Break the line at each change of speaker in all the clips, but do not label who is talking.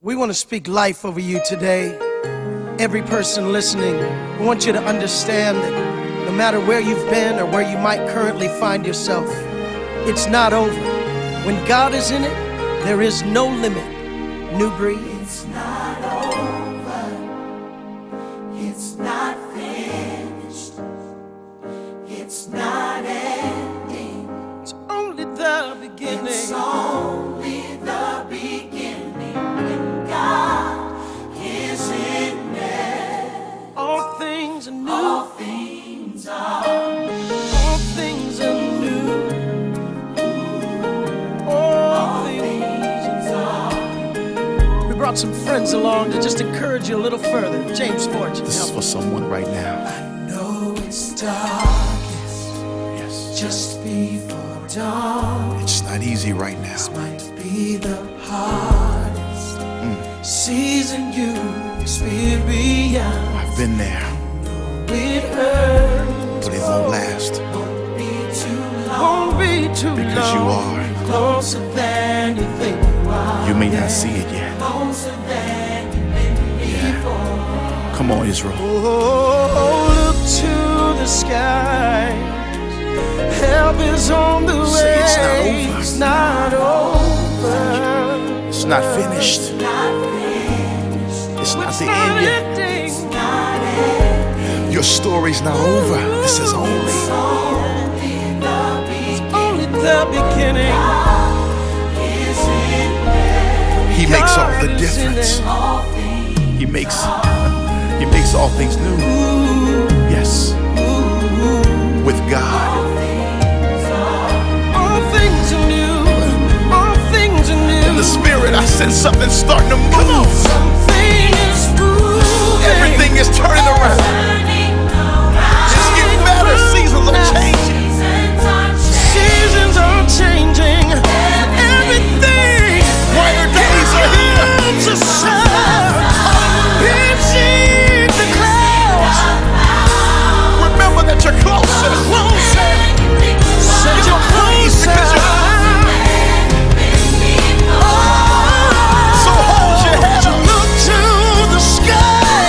We want to speak life over you today. Every person listening, we want you to understand that no matter where you've been or where you might currently find yourself, it's not over. When God is in it, there is no limit. New breed. It's not over. It's not finished. It's not ending. It's only the beginning. It's only the beginning. When God is in it, all things are new. All things are. All things are new. All things are. We brought some friends along to just encourage you a little further. James Fortune.
This is
help
for someone right now.
know it's darkest
Yes.
just before dawn.
It's not easy right now.
Might be the hardest season you experience.
I've been there,
It hurt,
but it won't last
be too long, won't be too
because you
long.
are.
Closer than you think you are.
You may not see it yet.
Closer than you've been before.
Come on, Israel.
Oh, look to the sky. Help is on the
Say
way.
it's not over.
It's not over.
It's not finished. It's not the end yet. Your story's not over. This is only.
Only the beginning.
He makes all the difference. He makes. He makes all things new. Yes. With God,
All things are new. All things are
in the
new.
Spirit, I sense something starting to move.
Something is moving.
Everything is turning around. It's getting better. Seasons are changing.
Seasons are changing. Everything.
Brighter days are here.
Comes a sound. Peeps in the clouds.
Remember that you're closer. Closer.
Say you're closer.
Because So hold your head up.
Look to the sky.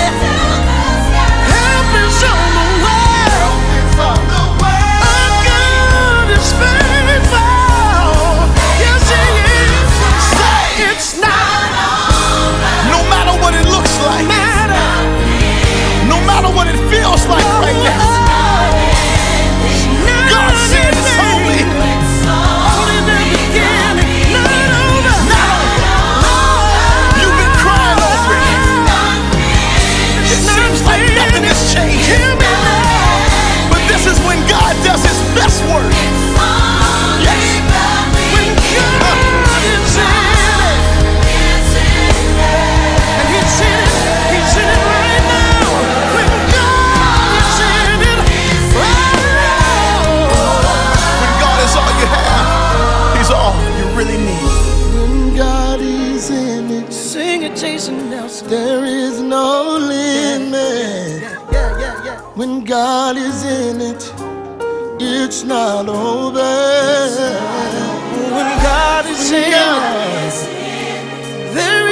Help is on the way. Our God is faithful. Yes, He is. Say it's not
No matter what it looks like,
matter.
no matter what it feels like right now, God said it's only. Not over. You've been crying over it. It seems like nothing is changing. But this is when God does His best work. Yes. When God is in it. When God is all you have, He's all you really need.
When God is in it,
Jason Nelson.
there is no limit.
Yeah, yeah, yeah.
When God is in it, it's not over.
When God is in it, there
Oh,